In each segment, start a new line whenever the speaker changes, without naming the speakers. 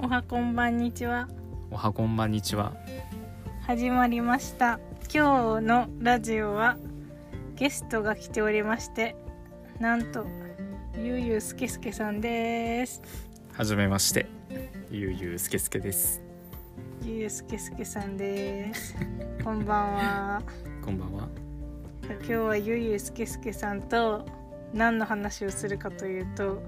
はこんばんにちは
おはこんばんにちは
始まりました今日のラジオはゲストが来ておりましてなんとゆうゆうすけすけさんです
はじめましてゆうゆうすけすけです
ゆうゆうすけすけさんですこんばんは
こんばんは
今日はゆうゆうすけすけさんと何の話をするかというと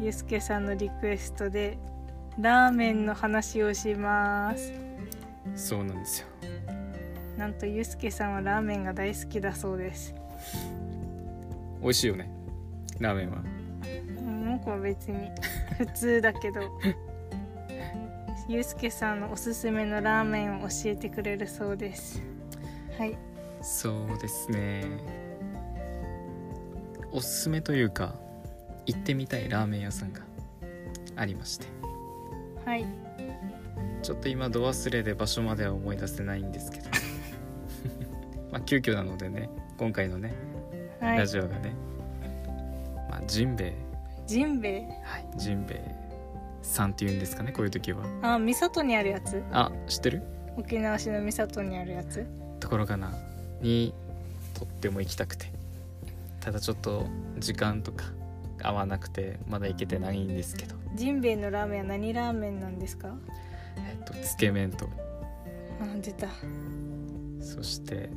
ゆうすけさんのリクエストでラーメンの話をします
そうなんですよ
なんとゆうすけさんはラーメンが大好きだそうです
美味しいよねラーメンは
なんか別に普通だけどゆうすけさんのおすすめのラーメンを教えてくれるそうですはい
そうですねおすすめというか行ってみたいラーメン屋さんがありまして
はい
ちょっと今度忘れで場所までは思い出せないんですけど まあ急遽なのでね今回のね
は
ラ
い
ジオがね、まあ、ジンベエ
ジンベエ
はいジンベエさんっていうんですかねこういう時は
あ三郷にあるやつ
あ知ってる
沖縄市の三郷にあるやつ
ところかなにとっても行きたくてただちょっと時間とか合わなくてまだ行けてないんですけど
ジンベエのラーメンは何ラーメンなんですか
えっとつけ麺と
あ出た
そして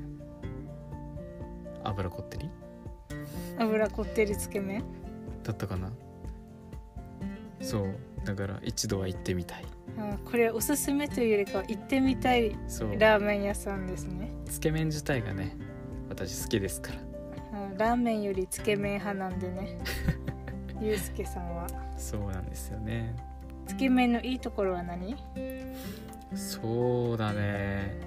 油こってり
油こってりつけ麺
だったかなそうだから一度は行ってみたい
あこれおすすめというよりかは行ってみたい
そう
ラーメン屋さんですね
つけ麺自体がね私好きですから
あラーメンよりつけ麺派なんで ねゆうすけさんは
そうなんですよね
つけ麺のいいところは何
そうだね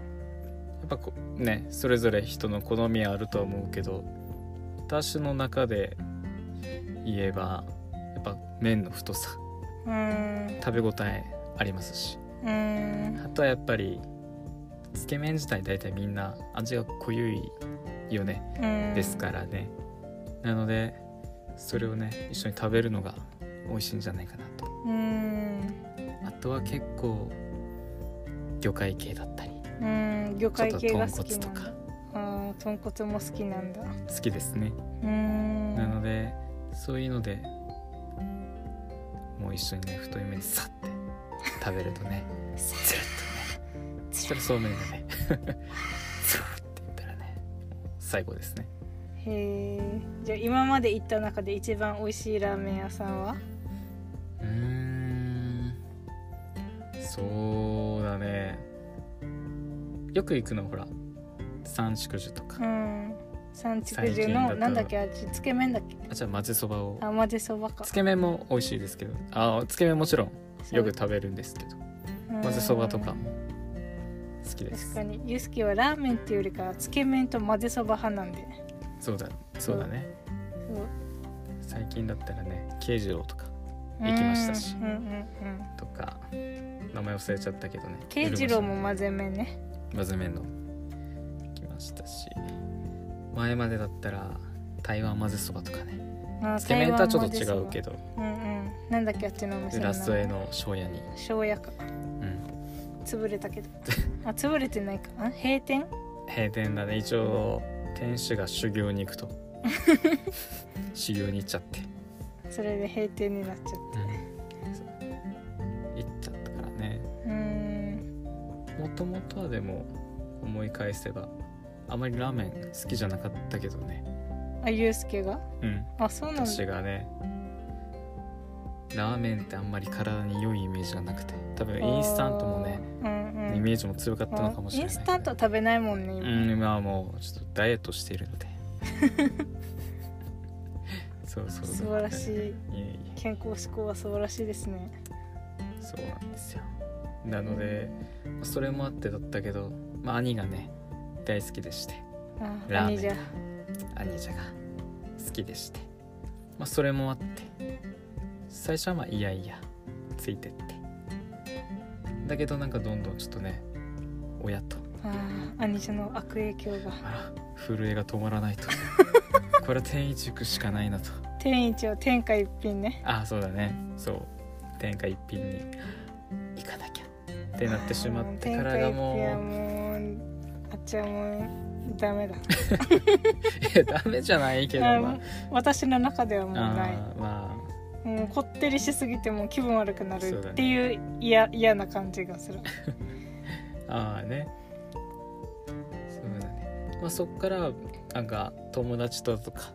やっぱこうねそれぞれ人の好みはあるとは思うけど私の中で言えばやっぱ麺の太さ
うーん
食べ応えありますし
うーん
あとはやっぱりつけ麺自体大体みんな味が濃ゆいよね
うーん
ですからねなのでそれをね一緒に食べるのが美味しいんじゃないかなと
うーん
あとは結構魚介系だったり
うーん魚
ちょっ
介
と
系
豚
が好
骨
き
と
なん
か
だあー豚骨も好きなんだう
好きですね
ーん
なのでそういうのでもう一緒にね太い麺にさって食べると ね
さ
つるっとねそしたらそうめんがね つるっていったらね最高ですね
へえじゃあ今まで行った中で一番美味しいラーメン屋さんは
うーんそうだねよく行くのはほら三宿寿と
う
か
ん三竹樹
最近だ
の
と
なんだっけあっちつけ麺だっけ
あじゃあ混ぜそばを
甘じそばか
つけ麺も美味しいですけどあつけ麺もちろんよく食べるんですけど
うん
混ぜそばとかも好きで
確
す
かにユースケはラーメンっていうよりかはつけ麺と混ぜそば派なんで
そうだそうだね
そう
最近だったらね慶次郎とか行きましたし
うんうんうん
とか名前忘れちゃったけどね
慶次郎も混ぜ麺ね
バズ麺の行きましたし前までだったら台湾混ぜそばとかね
あ
つけ麺とはちょっと違うけ
ど
ど
うんうんなんだっけあっちのお店の
ラ
名
ストへ
前
の庄屋に、
庄屋 か
うん、
潰れたけどあ潰れてないかあ閉店
閉店だね一応店主が修行に行 くと修行に行っちゃって、
それで閉店になっちゃっ
そう行っちゃったからね
たうーん
もともとはでも思い返せばあまりラーメン好きじゃなかったけどね
あユースケが
うん
あそうなんだ
私がねラーメンってあんまり体に良いイメージがなくて多分インスタントもね
あーうんうん
イメージも強かったのかもしれない
インスタントは食べないもんね
う
今、
ん今はもうちょっとダイエットしているの でそうそう
素晴らしい
いえいえ
健康志向は素晴らしいですね
そうなんですよなのでまあそれもあってだったけど、まあ、兄がね大好きでして
あ
ラーメ
兄
ン
じゃ
兄者が好きでして、まあ、それもあって最初はまあいやいやついてってだけどなんかどんどんちょっとね親と
あー兄者の悪影響が
あら震えが止まらないとこれは天一行くしかないなと
天一は天下一品ね
ああそうだねそう天下一品に行かなきゃってなってしまってからが
あー 天下一品は
もう
もうあっちはもうダメだ
いやダメじゃないけ ど
あ
ま
ー私の中ではもう
ああ
ない
ーま
もうこってりしすぎてもう気分悪くな
そう
る
だね
っていう嫌、嫌な感じがする
あああねそうだねまあそっからなんか友達ととか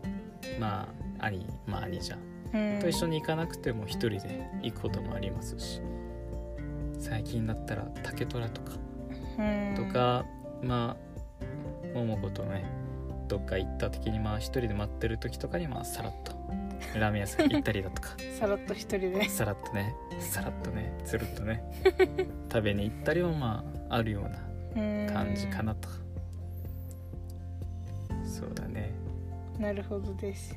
まあ兄まあ兄じゃん
うん
と一緒に行かなくても一人で行くこともありますし最近だったら竹虎とか
うん
とか、まあ桃子とねどっか行った時にまあ一人で待ってる時とかにまあさらっとラーメン屋さん行ったりだとか
さらっと一人で
さらっとねさらっとねつるっとね食べに行ったりもまああるような感じかなとそうだね
うんなるほどです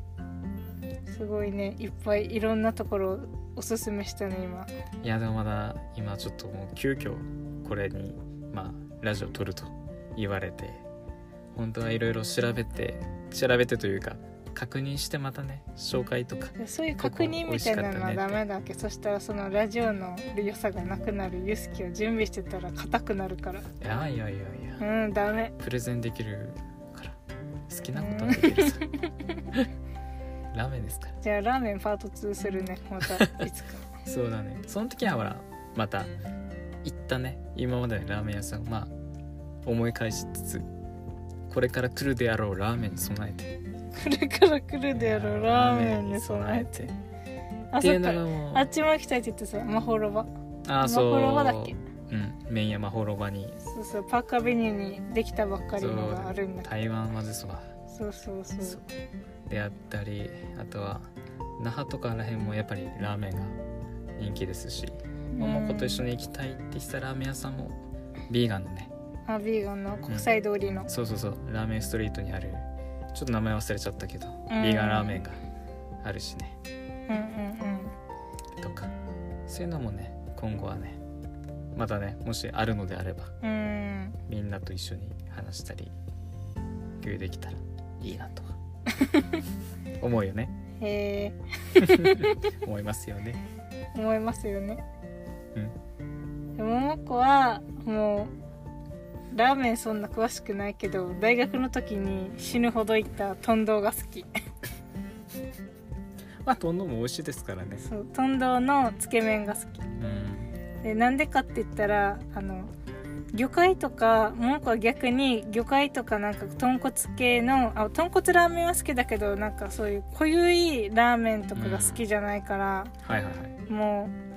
すごいねいっぱいいろんなところをおすすめしたね今
いやでもまだ今ちょっともう急遽これにまあラジオ撮ると言われて本当はいろいろ調べて調べてというか確認してまたね紹介とか
そういう確認みたいなのはダメだっけそしたらそのラジオの良さがなくなるユスキを準備してたら硬くなるから
いやいやいやいや
うんダメ
プレゼンできるから好きなことはでき るさラーメンですから
じゃあラーメンパート2するねま たいつか
そうだねその時はほらまた行ったね今までのラーメン屋さんをまあ思い返しつつこれから来るであろうラーメンに備えて
これから来るであろうラーメンに備えて
てっ
あ
て
そ
い
っ
うの
か
がもう
あっちも行きたいって言ってさマホロバ
あ
マ
あそ
ホ
う
ロバだっけ
うん麺屋まほろばに
そうそうパークアベニューにできたばっかりのがあるんだ
台湾まぜそば
そうそうそう
そうであったりあとは那覇とからへんもやっぱりラーメンが人気ですし桃子と一緒
に
に行きたいって言ってたラーメン屋さんもビーガンのね
あビーガンの国際通りの
そうそうそうラーメンストリートにあるちょっと名前忘れちゃったけどビ
ん
ーガンラーメンがあるしね
うんうん
とかそういうのもね今後はねまたねもしあるのであれば
うんうん
みんなと一緒に話したり共有できたらいいな とは思うよね
へえ
思いますよね
思いますよね
うん
でももこはもうラーメンそんな詳しくないけど大学の時に死ぬほど行った豚丼が好き
まあどんどんも美味しいですからね
そう豚丼のつけ麺が好き
うん
でなんでかって言ったらあの魚介とかももこは逆に魚介とかなんか豚骨系のあ豚骨ラーメンは好きだけどなんかそういう濃ゆいラーメンとかが好きじゃないから、
はいはいはい
もう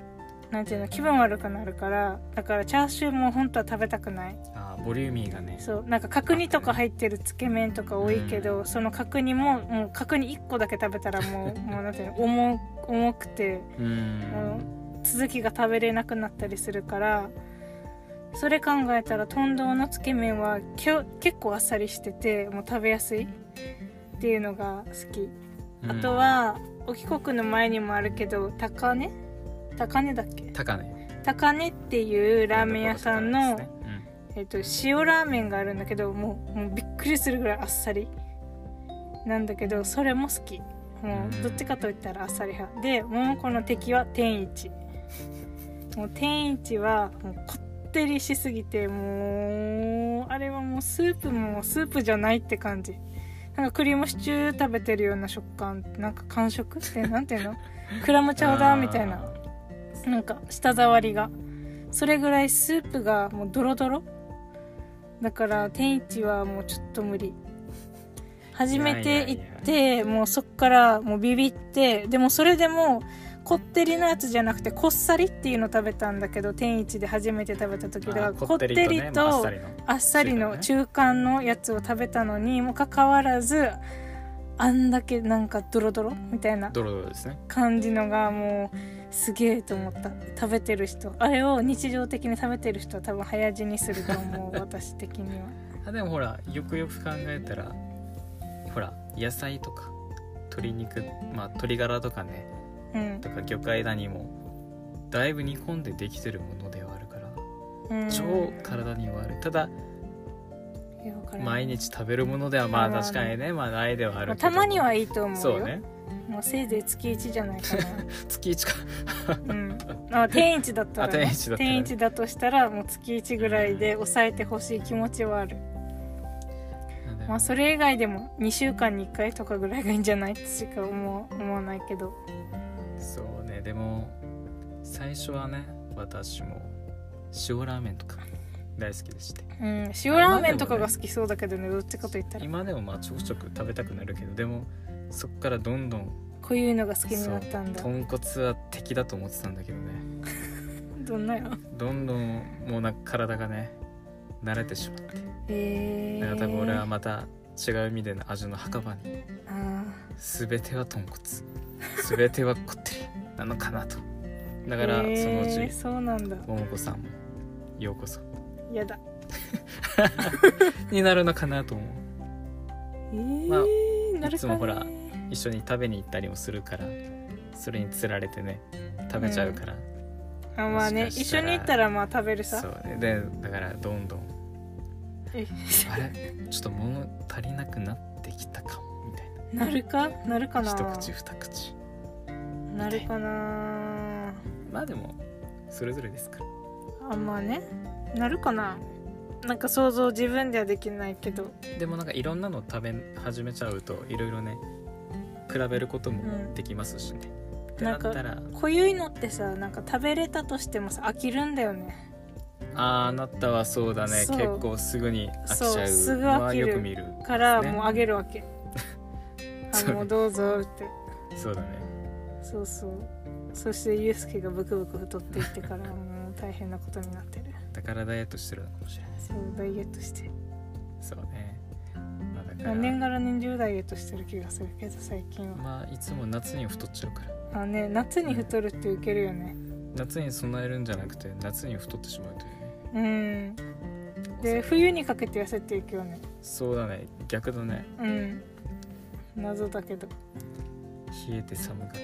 なんていうの気分悪くなるからだからチャーシューも本当は食べたくない
あーボリューミーがね
そうなんか角煮とか入ってるつけ麺とか多いけど、その角煮ももう角煮1個だけ食べたらもうもうなんていうの重重くて
う
も
ん
う続きが食べれなくなったりするからそれ考えたら豚丼のつけ麺はきょ結構あっさりしててもう食べやすいっていうのが好き。あとは沖国の前にもあるけど高値高値だっけ
高ね
高値っていうラーメン屋さんの、
高値ですね
えっと塩ラーメンがあるんだけどもうもうびっくりするぐらいあっさりなんだけどそれも好きも
うん
うどっちかといったらあっさり派で桃子の敵は天一 もう天一はもうこってりしすぎてもうあれはもうスープもスープじゃないって感じなんかクリームシチュー食べてるような食感なんか感触ってなんていう のクラムチャウダーみたいな
あ
なんか舌触りがそれぐらいスープがもうドロドロだから天一はもうちょっと無理初めて行ってもうそっからもうビビってでもそれでもこってりのやつじゃなくてこっさりっていうの食べたんだけど天一で初めて食べた時だ
ー
から
こ
こ
っ
ってて
りとね
り
まあ
と
あっさりの
あっさりの中間のやつを食べたのにもかかわらずあんだけなんかドロドロみたいな
ドロドロですね
感じのがもうすげえと思った食べてる人あれを日常的に食べてる人は多分早死にすると思う私的に は
あでもほらよくよく考えたらほら野菜とか鶏肉まあ鶏ガラとかね
うん
とか魚介だにもだいぶ煮込んでできてるものではあるから
うん
超体に悪いただ
いやわからん
毎日食べるものではまあ
まあ
確かにねまあないではあ
ま
る
あ
けど
たまにはいいと思うよ
そうね
もうせいぜい月1じゃないか
月1か
な、うん、あ天一だったら
あ天一だったら
天一だとしたらもう月1ぐらいで抑えてほしい気持ちはある、
なんだよ
まあ、それ以外でも2週間に1回とかぐらいがいいんじゃないってしか思う思わないけど
そうねでも最初はね私も塩ラーメンとか大好きでして
うん、塩ラーメンとかが好きそうだけどねどっちかといったら
今でもまあちょくちょく食べたくなるけどでもそっからどんどん
こういうのが好きに
そ
な
う
ったんだ
豚骨は敵だと思ってたんだけどね
どんなよ
どんどんもうなんか体がね慣れてしまって
え
だ
ー、
から多分俺はまた違う意味での味の墓場に
あ
全ては豚骨全てはこってりなのかなとだからそ
え
のう
ー、
ち
そうなんだ
桃子さんもようこそ
やだ
になるのかなと思う
えー
まあ
なるかね
いつもほら一緒に食べに行ったりもするからそれにつられてね食べちゃうから、
あまあね
もしか
一
した
緒
ら
に行ったらまあ食べる
そ
さ
うねでだからどんどん
え
あれちょっと物足りなくなってきたかもみたい
なるかなるか
な
な
一口二口
なるかな
まあでもそれぞれですから
あまあねなるかななんか想像自分ではできないけど
でもなんかいろんなの食べ始めちゃうといろいろね比べること
う
も
ん
できますしね、って
な
なんっ
か
たら
こういうのってさなんか食べれたとしてもさ飽きるんだよね
ああなったはそうだね
そう
結構すぐに飽きち
そう
ゃ
す
う
ぐ
の
飽
は
き
よ
る
く見る
から
ですね
もうあげるわけ、
そ
あ
うね
もうどうぞって
そうだね
そうそうそしてユうスケがブクブク太っていって からもう大変なことになってる
だからダイエットしてるのかもしれない
そうダイエットして
そうね、まあ、だから
何年から年中ダイエットしてる気がするけど最近は
まあいつも夏に太っちゃうから
あね夏に太るってウケるよね
夏に備えるんじゃなくて夏に太ってしまうというね
うんで冬にかけて痩せていくよね
そうだね逆だね
うん謎だけど
冷えて寒がって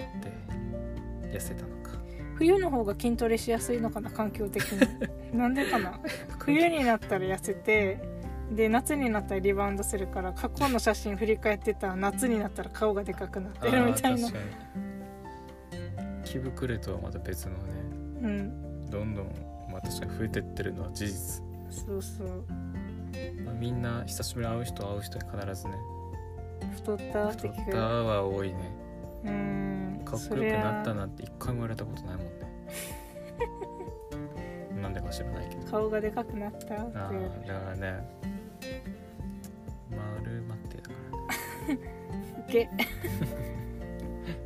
痩せたのか
冬の方が筋トレしやすいのかな環境的 になんでかな冬になったら痩せてで夏になったらリバウンドするから過去の写真振り返ってたら夏になったら顔がでかくなっ
あ
てる
ー
みたいな
確、かに着膨れとはまた別のね
うん、
どんどんまあ確かに増えてってるのは事実、
そうそう
まあ、みんな久しぶりに会う人会う人に必ずね
太ったって
太っ
聞
た
く
は多いね
うん
かっ
そ
こよ
り
く
ゃ
なったなって一回も言われたことないもん ねなんでか知らないけど
顔がでかくなったって
ああだからね丸まってだからね
ウケ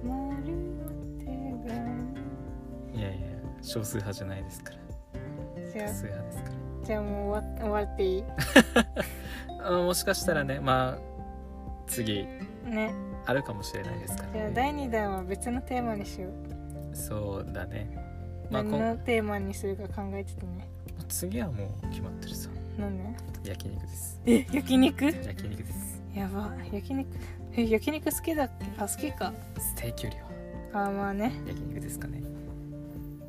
丸ま
いやいや少数派じゃないですから
ってがじゃ
多数派ですか
あじゃあもう終わっ終わっていい
らあのもしかしたらねまあ次
ね
あるかもしれないですから、
じゃあ
ね、
第2弾は別のテーマにしよう
そうだねまあ
何の
今
テーマにするか考えててね
次はもう決まってるさ
何ね
焼肉です
え焼肉
焼肉です
やば焼肉え焼肉好きだっけあ好きか
ステーキよりは
あまあね
焼肉ですかね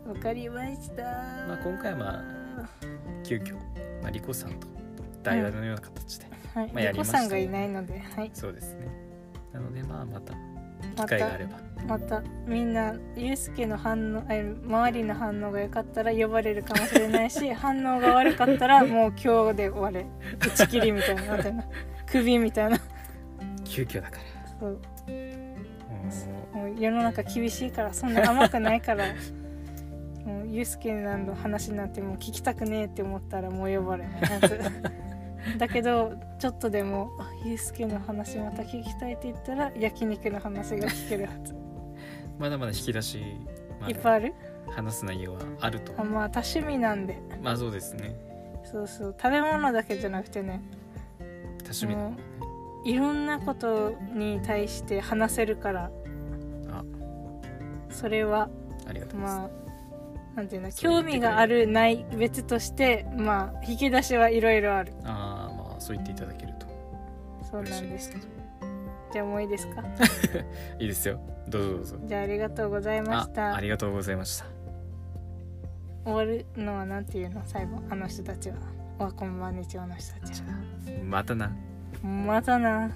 わかりました
まあ今回はま急遽、まあ、リコさんと代打のような形で、
はい、
まあや
猫
りました
さんがいないのではい
そうですねなのでまあまた
ま
機会があ
た
れば
またみんなゆうすけの反応え周りの反応が良かったら呼ばれるかもしれない し反応が悪かったらもう今日で終われ打ち切りみたいななんていうの首みたいな
急遽だか
そう
らも
もう世の中厳しいからそんな甘くないからもうユースケなんの話なんてもう聞きたくねえって思ったらもう呼ばれだけどちょっとでもあユースケの話また聞きたいって言ったら焼肉の話が聞けるはず
うまだまだ引き出しま
いっ
で
ぱいある
話す内容はあると
あまあ多趣味なんで
まあそうですね
そうそう食べ物だけじゃなくてね
多趣味なのね
いろんなことに対して話せるから
あ
それは
ありがとうございま
ま
す、
あなんていうの
そう
興
言ってくれ
味があるない別としてまあ引き出しはいろいろある
ああまあそう言っていただけると
そう
嬉
な
しい
ん
で
ですす
けど
じゃあもういいですか
いいですよどうぞどうぞ
じゃあありがとうございま
あ
した
ありがとうございました
終わるのはなんていうの最後あの人たちはわこんばんにちはあの人たち
またな
はまたな